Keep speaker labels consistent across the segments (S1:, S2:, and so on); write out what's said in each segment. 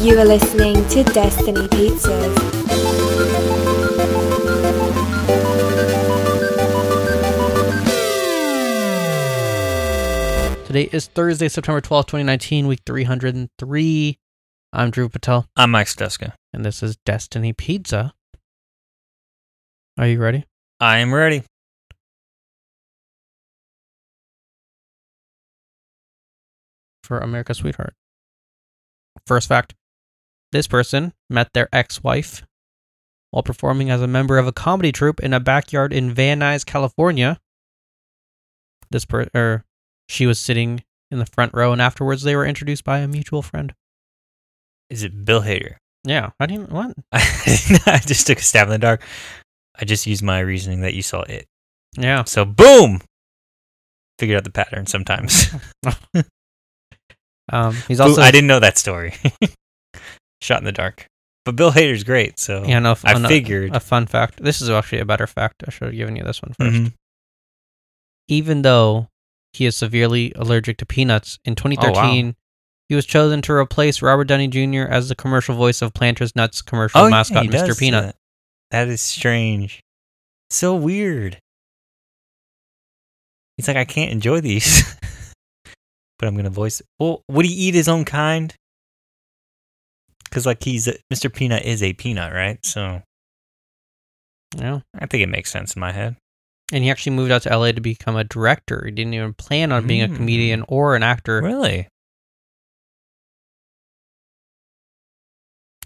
S1: You are listening to Destiny Pizzas.
S2: Today is Thursday, September twelfth, 2019, week 303. I'm Drew Patel,
S3: I'm Mike Steska.
S2: and this is Destiny Pizza. Are you ready?
S3: I am ready.
S2: for America's Sweetheart. First fact this person met their ex wife while performing as a member of a comedy troupe in a backyard in Van Nuys, California. This per or she was sitting in the front row, and afterwards they were introduced by a mutual friend.
S3: Is it Bill Hader?
S2: Yeah, I didn't what?
S3: I just took a stab in the dark. I just used my reasoning that you saw it.
S2: Yeah,
S3: So boom, figured out the pattern. Sometimes
S2: um, he's
S3: Boo-
S2: also
S3: I didn't know that story. Shot in the dark. But Bill Hader's great, so
S2: yeah, no,
S3: I
S2: on a-
S3: figured.
S2: a fun fact. This is actually a better fact. I should have given you this one first.
S3: Mhm.
S2: even though he is severely allergic to peanuts, in 2013
S3: Oh,
S2: he was chosen to replace Robert Downey Jr. as the commercial voice of Planters Nuts commercial
S3: Oh, yeah,
S2: mascot
S3: he
S2: Mr.
S3: does
S2: Peanut.
S3: that. That is strange. So weird. He's like, I can't enjoy these, but I'm gonna voice it. Well, would he eat his own kind? Because like he's a, Mr. Peanut is a peanut, right? So
S2: Yeah,
S3: I think it makes sense in my head.
S2: and he actually moved out to LA to become a director. He didn't even plan on being a
S3: Mm.
S2: comedian or an actor,
S3: Really?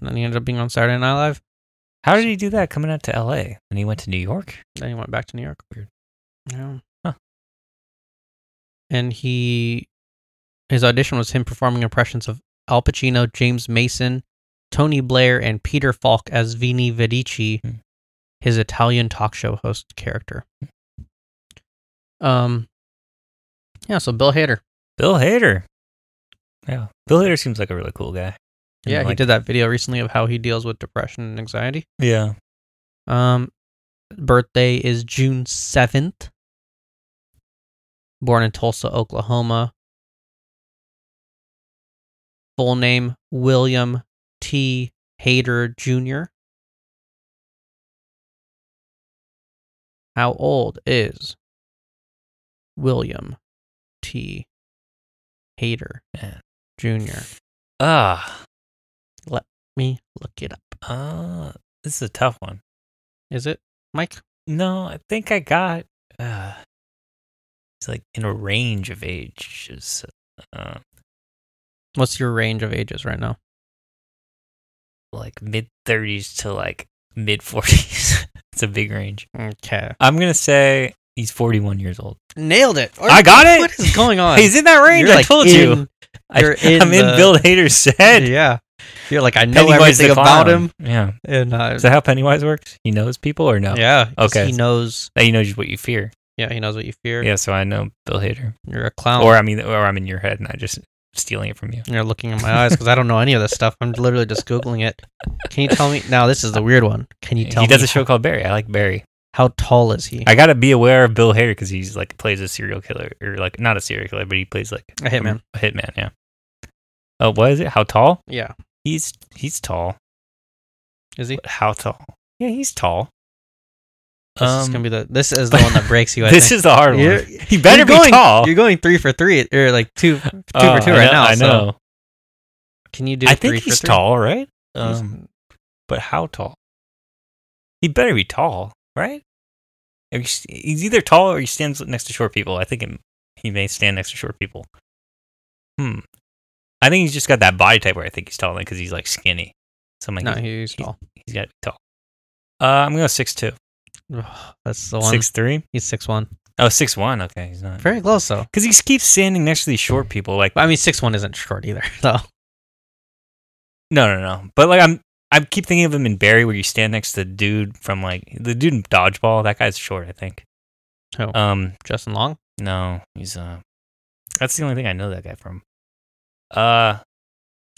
S2: and then he ended up being on Saturday Night Live.
S3: How did he do that? Coming out to L.A. and he went to New York.
S2: Then he went back to New York.
S3: Weird.
S2: Yeah.
S3: Huh.
S2: And he, his audition was him performing impressions of Al Pacino, James Mason, Tony Blair, and Peter Falk as Vini Vedici,
S3: Hmm.
S2: his Italian talk show host character.
S3: Hmm.
S2: Um. Yeah. So Bill Hader.
S3: Bill Hader. Yeah, Bill Hader seems like a really cool guy. And,
S2: Yeah, he
S3: like-
S2: did that video recently of how he deals with depression and anxiety.
S3: Yeah.
S2: Um, birthday is June seventh. Born in Tulsa, Oklahoma. Full name William T. Hader Jr. How old is William T. Hader
S3: Yeah.
S2: Jr.?
S3: Ah.
S2: Me look it up.
S3: Uh, this is a tough one.
S2: Is it Mike?
S3: No, I think I got. Uh, it's like in a range of ages. Uh,
S2: What's your range of ages right now?
S3: like mid 30s to like mid 40s. it's a big range.
S2: Okay.
S3: I'm going to say he's 41 years old.
S2: Nailed it.
S3: I got it.
S2: What is going on?
S3: he's in that range.
S2: You're,
S3: I
S2: like,
S3: told you.
S2: in- you're
S3: I,
S2: in
S3: I'm in
S2: the-
S3: Bill Hader's head.
S2: Yeah. You're like, I know
S3: Pennywise the
S2: everything about
S3: clown.
S2: him.
S3: Yeah.
S2: And, uh,
S3: Is that how Pennywise works? He knows people or no?
S2: Yeah. 'cause
S3: Okay.
S2: He knows.
S3: He knows what you fear.
S2: Yeah, he knows what you fear.
S3: Yeah, so I know Bill Hader.
S2: You're a clown.
S3: Or I mean, or I'm in your head and I just stealing it from you.
S2: you're looking in my eyes because I don't know any of this stuff. I'm literally just Googling it. Can you tell me? Now, this is the weird one. Can you tell
S3: he
S2: me?
S3: does a show called Barry. I like Barry.
S2: How tall is he?
S3: I gotta be aware of Bill Hader because he's like plays a serial killer or like not a serial killer, but he plays like
S2: A hitman.
S3: A hitman, yeah. Oh, what is it? How tall?
S2: yeah.
S3: He's he's tall.
S2: Is he?
S3: But How tall? Yeah, he's tall.
S2: This is
S3: Um,
S2: going to be the. This is the one that breaks you. I
S3: this
S2: think.
S3: is the hard
S2: You're-
S3: one. He better
S2: you're
S3: be
S2: going,
S3: tall.
S2: You're going three for three, or like two, two
S3: Oh,
S2: for two
S3: I
S2: right
S3: know-
S2: now.
S3: I
S2: so
S3: know.
S2: can you do?
S3: I
S2: three
S3: think
S2: for
S3: he's
S2: three?
S3: tall, right?
S2: He's-
S3: Um, but how tall? He better be tall, right? If you s- He's either tall or he stands next to short people. I think him- he may stand next to short people. Hmm. I think he's just got that body type where I think he's tall because he's like skinny. So I'm like,
S2: no,
S3: he's,
S2: he's tall.
S3: he's got to be tall. Uh, I'm going to go 6'2.
S2: Ugh, That's the one.
S3: 6'3?
S2: He's six one.
S3: Oh, 6'1. Okay, he's not.
S2: Very close though.
S3: Because he keeps standing next to these short people. Like,
S2: But, I mean, six one isn't short either. So
S3: no, no, no. But like, I'm. I keep thinking of him in Barry, where you stand next to the dude from like the dude in Dodgeball. That guy's short, I think.
S2: Who?
S3: Um,
S2: Justin Long.
S3: No, he's uh that's the only thing I know that guy from. Uh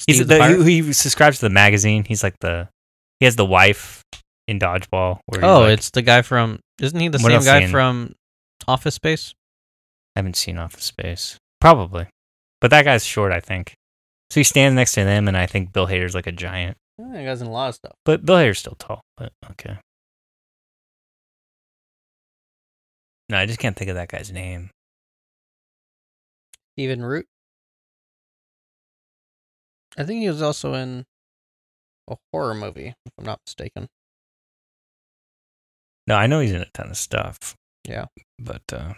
S3: he's
S2: Steve
S3: the,
S2: Pirate?
S3: he, he subscribes to the magazine. He's like the he has the wife in dodgeball where he's
S2: Oh,
S3: like-
S2: it's the guy from. Isn't he the
S3: What
S2: same
S3: else
S2: guy
S3: seen?
S2: from Office Space?
S3: I haven't seen Office Space. Probably. But that guy's short, I think. So he stands next to them, and I think Bill Hader's like a giant.
S2: Yeah, That guy's in a lot of stuff.
S3: But Bill Hader's still tall. But okay. No, I just can't think of that guy's name.
S2: Steven Root. I think he was also in a horror movie, if I'm not mistaken.
S3: No, I know he's in a ton of stuff.
S2: Yeah.
S3: But uh,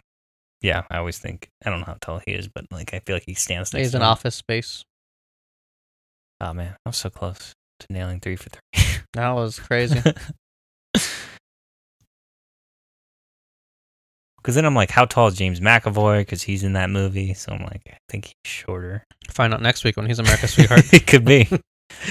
S3: yeah, I always think I don't know how tall he is, but like I feel like he stands next
S2: He's
S3: to
S2: in
S3: him.
S2: Office Space.
S3: Oh man, I'm so close to nailing three for three.
S2: That was crazy.
S3: Because then I'm like, how tall is James McAvoy? Because he's in that movie, so I'm like, I think he's shorter.
S2: Find out next week when he's America's Sweetheart.
S3: it could be.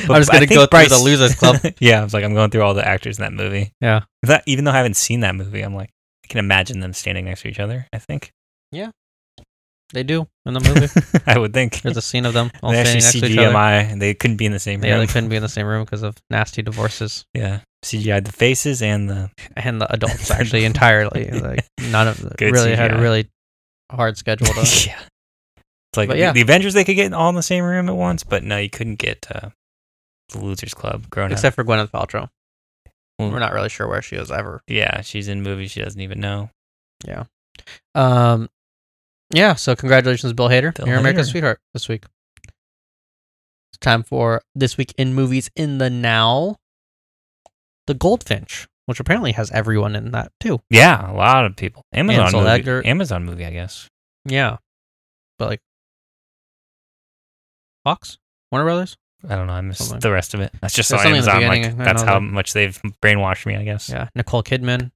S3: But
S2: I'm just
S3: I
S2: gonna
S3: think
S2: go through
S3: Bryce-
S2: the Losers Club.
S3: yeah, I was like, I'm going through all the actors in that movie.
S2: Yeah.
S3: That even though I haven't seen that movie, I'm like, I can imagine them standing next to each other. I think.
S2: they do in the movie.
S3: I would think.
S2: There's a scene of them all
S3: they
S2: standing
S3: actually
S2: next to each other.
S3: CGMI. They couldn't be in the same
S2: Yeah, they
S3: room.
S2: couldn't be in the same room because of nasty divorces
S3: yeah. CGI the faces and the
S2: and the adults actually entirely like none of
S3: Good
S2: really had a
S3: CGI.
S2: really hard schedule to
S3: yeah. It's like
S2: But
S3: the-
S2: yeah.
S3: the Avengers they could get all in the same room at once, but no, you couldn't get uh, the Losers Club grown up.
S2: except for Gwyneth Paltrow.
S3: Mm.
S2: We're not really sure where she is ever.
S3: Yeah, she's in movies she doesn't even know.
S2: Um, yeah. So congratulations, Bill Hader.
S3: Bill
S2: You're America's
S3: Hader.
S2: sweetheart this week. It's time for this week in movies in the now. The Goldfinch, which apparently has everyone in that too.
S3: Yeah, a lot of people. Amazon
S2: Ansel
S3: movie.
S2: Elgort.
S3: Amazon movie, I guess.
S2: Yeah, but like Fox, Warner Brothers.
S3: I don't know. I missed
S2: Something.
S3: the rest of it. That's just
S2: There's
S3: on
S2: something in the
S3: Amazon. Like,
S2: beginning, I
S3: that's
S2: know
S3: how
S2: that-
S3: much they've brainwashed me, I guess.
S2: Yeah, Nicole Kidman,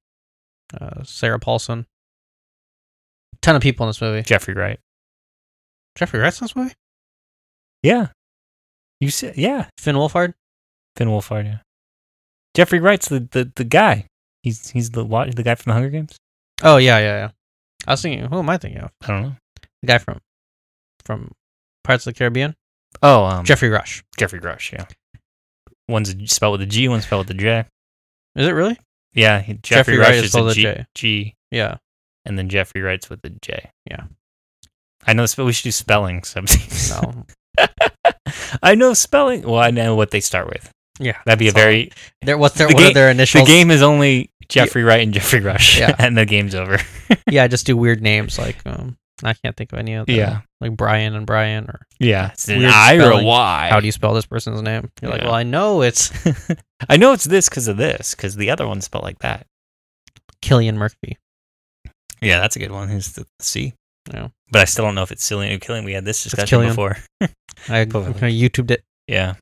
S2: uh, Sarah Paulson. Ton of people in this movie.
S3: Jeffrey Wright.
S2: Jeffrey Wright's in this movie.
S3: Yeah. You said yeah.
S2: Finn Wolfhard.
S3: Finn Wolfhard. Yeah. Jeffrey Wright's the, the, the guy. He's he's the wa- the guy from the Hunger Games.
S2: Oh yeah, yeah, yeah. I was thinking, who am I thinking of?
S3: I don't know.
S2: The guy from from Pirates of the Caribbean,
S3: Oh, um,
S2: Jeffrey Rush.
S3: Jeffrey Grush. Yeah. One's spelled with a G. One's spelled with a J.
S2: Is it really?
S3: Yeah. he-
S2: Jeffrey
S3: Jeffrey,
S2: Wright
S3: Rush
S2: is
S3: is
S2: spelled
S3: a
S2: with
S3: G,
S2: J.
S3: G,
S2: Yeah.
S3: and then Jeffrey Wright's with a J.
S2: Yeah.
S3: I know. spe- We should do spelling sometimes.
S2: No.
S3: I know spelling. Well, I know what they start with.
S2: yeah.
S3: That'd be a
S2: that's all.
S3: very.
S2: There, what's their
S3: the
S2: what are
S3: game-
S2: their
S3: The
S2: initials?
S3: game is only Jeffrey Wright and Jeffrey Rush,
S2: Yeah.
S3: and the game's over.
S2: Yeah, I just do weird names like um, I can't think of any of them.
S3: Yeah.
S2: Like Brian and Brian, or
S3: Yeah, it's an
S2: Weird
S3: I or a
S2: spelling.
S3: Y.
S2: how do you spell this person's name? You're like,
S3: Yeah.
S2: well, I know it's
S3: I know it's this because of this, because the other one's spelled like that.
S2: Killian Murphy.
S3: Yeah, that's a good one. Who's the C?
S2: Yeah.
S3: But I still don't know if it's Cillian or Killian. We had this discussion
S2: Killian.
S3: before.
S2: I, I YouTubed it.
S3: Yeah,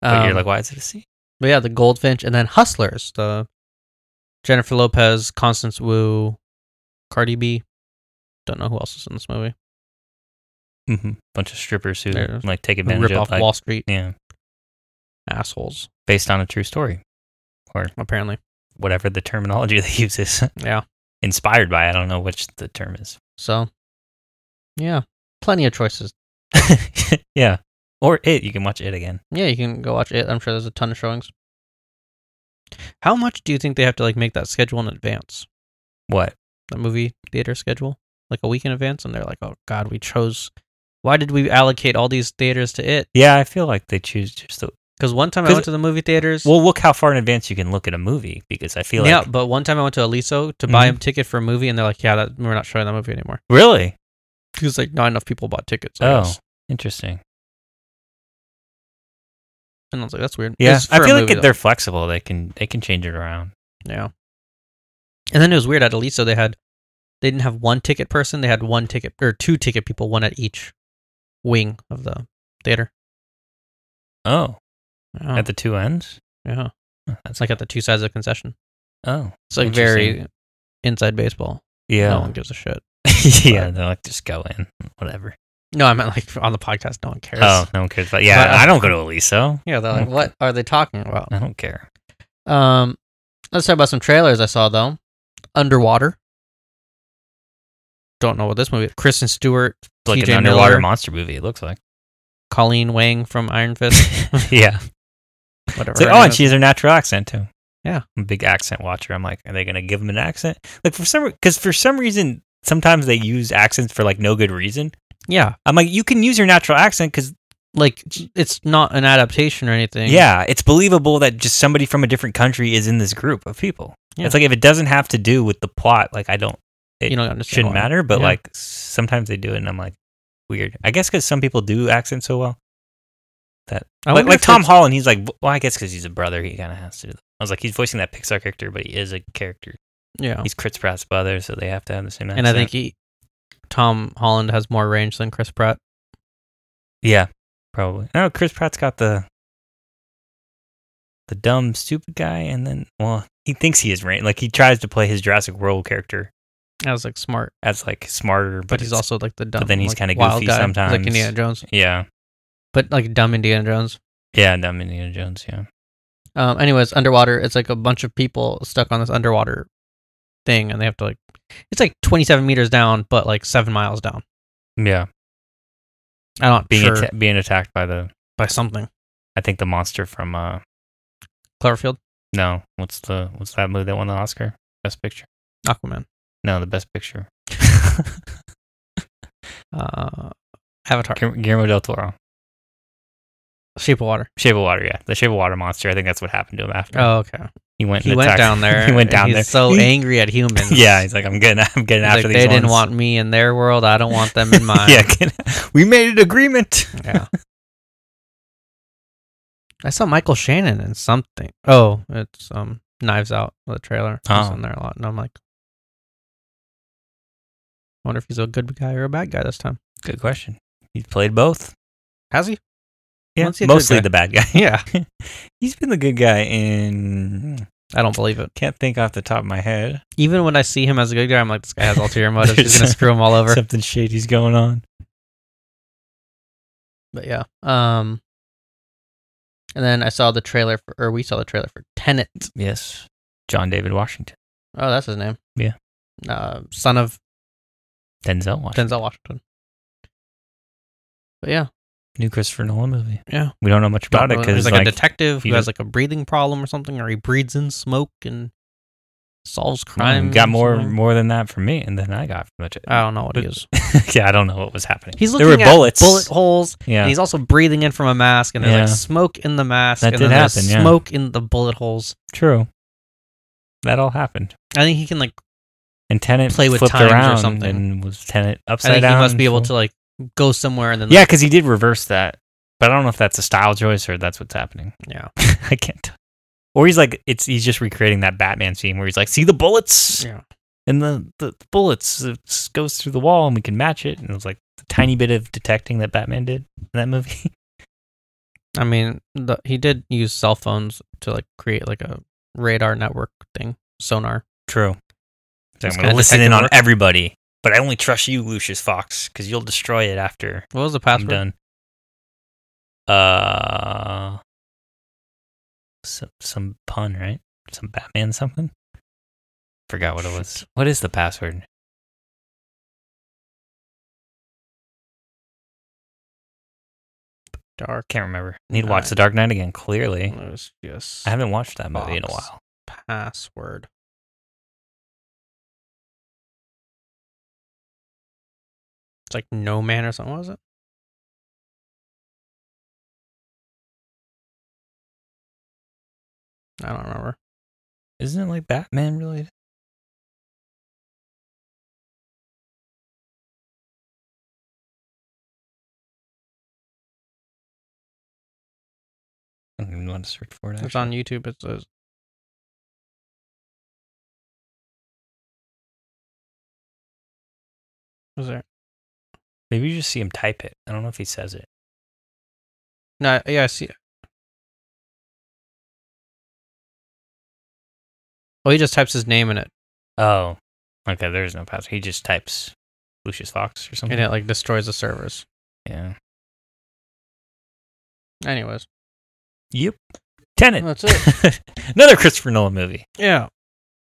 S3: but
S2: Um,
S3: you're like, why is it a C?
S2: But yeah, the Goldfinch, and then Hustlers, the Jennifer Lopez, Constance Wu, Cardi B. Don't know who else is in this movie.
S3: Mm-hmm. Bunch of strippers who
S2: There's-
S3: like take
S2: Who
S3: advantage
S2: rip
S3: of
S2: off
S3: like,
S2: Wall Street
S3: yeah,
S2: assholes,
S3: based on a true story,
S2: apparently.
S3: whatever the terminology they use is
S2: Yeah.
S3: inspired by. I don't know which the term is.
S2: So, yeah, plenty of choices.
S3: yeah, or it. You can watch it again.
S2: Yeah, you can go watch it. I'm sure there's a ton of showings. How much do you think they have to like make that schedule in advance?
S3: What?
S2: The movie theater schedule, like a week in advance, and they're like, "Oh God, we chose. Why did we allocate all these theaters to it?"
S3: Yeah, I feel like they choose just the.
S2: Because one time I
S3: 'Cause-
S2: went to the movie theaters.
S3: Well, look how far in advance you can look at a movie because I feel like Mm-hmm.
S2: yeah, but one time I went to Aliso to buy a ticket for a movie, and they're like, "Yeah, that, we're not showing that movie anymore."
S3: really
S2: Because like not enough people bought tickets. I
S3: Oh,
S2: guess.
S3: interesting.
S2: and I was like, "That's weird."
S3: Yeah,
S2: This is
S3: I
S2: for a
S3: feel like
S2: movie,
S3: it, they're flexible. They can they can change it around.
S2: though. yeah. And then it was weird at Aliso. They had they didn't have one ticket person. They had one ticket or two ticket people, one at each wing of the theater.
S3: Oh,
S2: Yeah,
S3: at the two ends.
S2: yeah.
S3: Huh, That's
S2: it's like at the two sides of the concession.
S3: oh
S2: It's like very inside baseball.
S3: yeah
S2: No one gives a shit.
S3: yeah. They're like just go in whatever.
S2: No, I meant like on the podcast, no one cares.
S3: Oh, Mm. no one cares. But yeah,
S2: But, uh,
S3: I don't go to Aliso.
S2: Yeah, they're like, what are they talking about?
S3: I don't care.
S2: Um, let's talk about some trailers I saw though. Underwater. Don't know what this movie. Kristen Stewart,
S3: It's like
S2: TJ
S3: an underwater
S2: Miller.
S3: monster movie. It looks like.
S2: Colleen Wang from Iron Fist,
S3: yeah.
S2: whatever.
S3: It's like,
S2: her
S3: oh,
S2: name
S3: and
S2: is.
S3: she has her natural accent too.
S2: Yeah.
S3: I'm a big accent watcher. I'm like, are they gonna give him an accent? Like for some because for some reason sometimes they use accents for like no good reason.
S2: Yeah,
S3: I'm like, you can use your natural accent because
S2: like it's not an adaptation or anything.
S3: yeah, it's believable that just somebody from a different country is in this group of people.
S2: Yeah.
S3: It's like if it doesn't have to do with the plot, like I don't, it
S2: You don't understand
S3: shouldn't
S2: why.
S3: matter. But
S2: Yeah.
S3: like sometimes they do it, and I'm like, weird. I guess because some people do accent so well that
S2: I
S3: like,
S2: wonder
S3: like
S2: if
S3: Tom
S2: it's-
S3: Holland, he's like, well, I guess because he's a brother, he kind of has to. do that. I was like, he's voicing that Pixar character, but he is a character.
S2: Yeah,
S3: He's Chris Pratt's brother, so they have to have the same accent.
S2: Oh. and I think he, Tom Holland has more range than Chris Pratt.
S3: yeah, probably. No, Chris Pratt's got the the dumb, stupid guy, and then well, he thinks he is Rain. Like he tries to play his Jurassic World character
S2: I was like smart,
S3: as like smarter, but,
S2: but, he's
S3: it's-
S2: also like the dumb.
S3: then he's
S2: like,
S3: kinda
S2: wild
S3: goofy
S2: guy. He's
S3: sometimes.
S2: like Indiana Jones,
S3: yeah,
S2: but like dumb Indiana Jones.
S3: yeah, dumb Indiana Jones, yeah.
S2: Um, anyways, underwater, it's like a bunch of people stuck on this underwater thing, and they have to like, it's like 27 meters down, but like seven miles down.
S3: Yeah,
S2: I'm not
S3: being
S2: sure
S3: atta- being attacked by the
S2: by something.
S3: I think the monster from uh
S2: Cloverfield,
S3: no what's the what's that movie that won the Oscar Best Picture
S2: Aquaman,
S3: no the Best Picture
S2: uh, Avatar,
S3: Guillermo Guillermo del Toro
S2: Shape of Water.
S3: Shape of Water yeah the Shape of Water monster I think that's what happened to him after
S2: Oh, okay.
S3: he went
S2: He
S3: and
S2: went
S3: attacked-
S2: down there.
S3: he went
S2: and
S3: down
S2: he's
S3: there
S2: so
S3: He-
S2: angry at humans.
S3: yeah he's like I'm getting I'm getting
S2: He's
S3: after
S2: like,
S3: these
S2: they didn't
S3: ones."
S2: want me in their world. I don't want them in mine.
S3: yeah get- we made an agreement
S2: Yeah. I saw Michael Shannon in something. Oh, it's um Knives Out, the trailer. He's
S3: Oh.
S2: in there a lot. And I'm like, I wonder if he's a good guy or a bad guy this time.
S3: good question he played both
S2: Has he?
S3: yeah
S2: What's he a good
S3: mostly
S2: guy?
S3: the bad guy
S2: Yeah.
S3: he's been the good guy in
S2: I don't believe it.
S3: can't think off the top of my head
S2: Even when I see him as a good guy, I'm like, this guy has ulterior motives. He's
S3: There's-
S2: going to screw him all over.
S3: something shady's going on
S2: But yeah. Um, and then I saw the trailer for, or we saw the trailer for Tenet.
S3: yes John David Washington.
S2: Oh, that's his name.
S3: Yeah.
S2: Uh, son of
S3: Denzel Washington.
S2: Denzel Washington. But yeah,
S3: New Christopher Nolan movie.
S2: yeah.
S3: We don't know much about it because
S2: There's
S3: like,
S2: like, a detective who
S3: you
S2: has
S3: don't-
S2: like a breathing problem or something, or he breathes in smoke and solves
S3: crime
S2: crime.
S3: Mm, got more
S2: I
S3: more than that for me, and then I got from the.
S2: don't know what he is.
S3: yeah, I don't know what was happening.
S2: He's
S3: there
S2: looking
S3: were
S2: at
S3: bullets.
S2: bullet holes.
S3: yeah,
S2: And he's also breathing in from a mask, and there's
S3: Yeah.
S2: like smoke in the mask,
S3: That
S2: and then
S3: did
S2: there's
S3: happen, yeah.
S2: smoke in the bullet holes.
S3: true. That all happened.
S2: I think he can like.
S3: And Tenant
S2: Play with
S3: flipped
S2: times or
S3: around
S2: something.
S3: and was Tenant
S2: I
S3: upside
S2: think he
S3: down.
S2: must be able
S3: and
S2: to like go somewhere and then.
S3: full- Yeah, because he did reverse that, but I don't know if that's a style choice or that's what's happening.
S2: like- yeah.
S3: I can't. tell. Or he's like, it's he's just recreating that Batman scene where he's like, see the bullets.
S2: Yeah.
S3: and the, the bullets it s- goes through the wall and we can match it and it was like the tiny bit of detecting that batman did in that movie
S2: I mean, the, he did use cell phones to like create like a radar network thing, sonar.
S3: true so i'm
S2: It's
S3: gonna
S2: kinda
S3: listen in
S2: detective
S3: on
S2: work.
S3: everybody but i only trust you lucius fox because you'll destroy it after
S2: What was the
S3: i'm
S2: password?
S3: done uh some, some pun right some batman something forgot what it was what is the password
S2: Dark.
S3: can't remember need to
S2: Night.
S3: watch the dark knight again clearly
S2: Yes. Yes.
S3: i haven't watched that movie in a
S2: Fox.
S3: while
S2: password. It's like no man or something. What was it? I don't remember.
S3: Isn't it like Batman related? I don't even want to search for it.
S2: It's
S3: actually.
S2: on YouTube. It says Was there?
S3: Maybe you just see him type it. I don't know if he says it.
S2: No, yeah, I see. Oh, he just types his name in it,
S3: Oh, okay. There is no password. He just types Lucius Fox or something.
S2: and it like destroys the servers.
S3: Yeah.
S2: Anyways,
S3: Yep. Tenet.
S2: That's
S3: it. Another Christopher Nolan movie.
S2: yeah,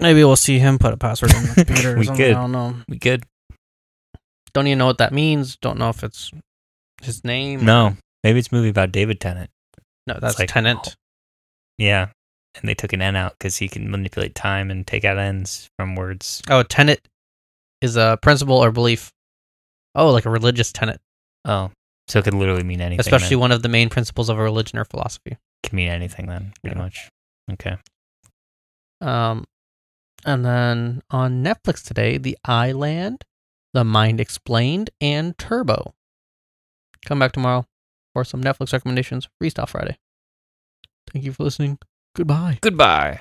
S2: maybe we'll see him put a password on the computer. Or
S3: We
S2: something.
S3: could.
S2: I don't know.
S3: We good?
S2: Don't even know what that means. Don't know if it's his name. or-
S3: No. Maybe it's a movie about David Tennant.
S2: no, that's
S3: like-
S2: tenant.
S3: Yeah. And they took an N out because he can manipulate time and take out ends from words.
S2: Oh, tenant is a principle or belief. Oh, like a religious tenet,
S3: Oh, so it could literally mean anything.
S2: especially
S3: then.
S2: one of the main principles of a religion or philosophy.
S3: It could mean anything then, pretty
S2: Yeah.
S3: much. Okay.
S2: Um, and then on Netflix today, The Island, The Mind Explained, and Turbo. Come back tomorrow for some Netflix recommendations. Freestyle Friday. Thank you for listening. Goodbye.
S3: Goodbye.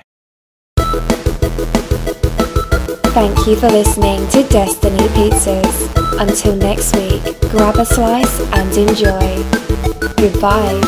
S1: Thank you for listening to Destiny Pizzas. Until next week, grab a slice and enjoy. Goodbye.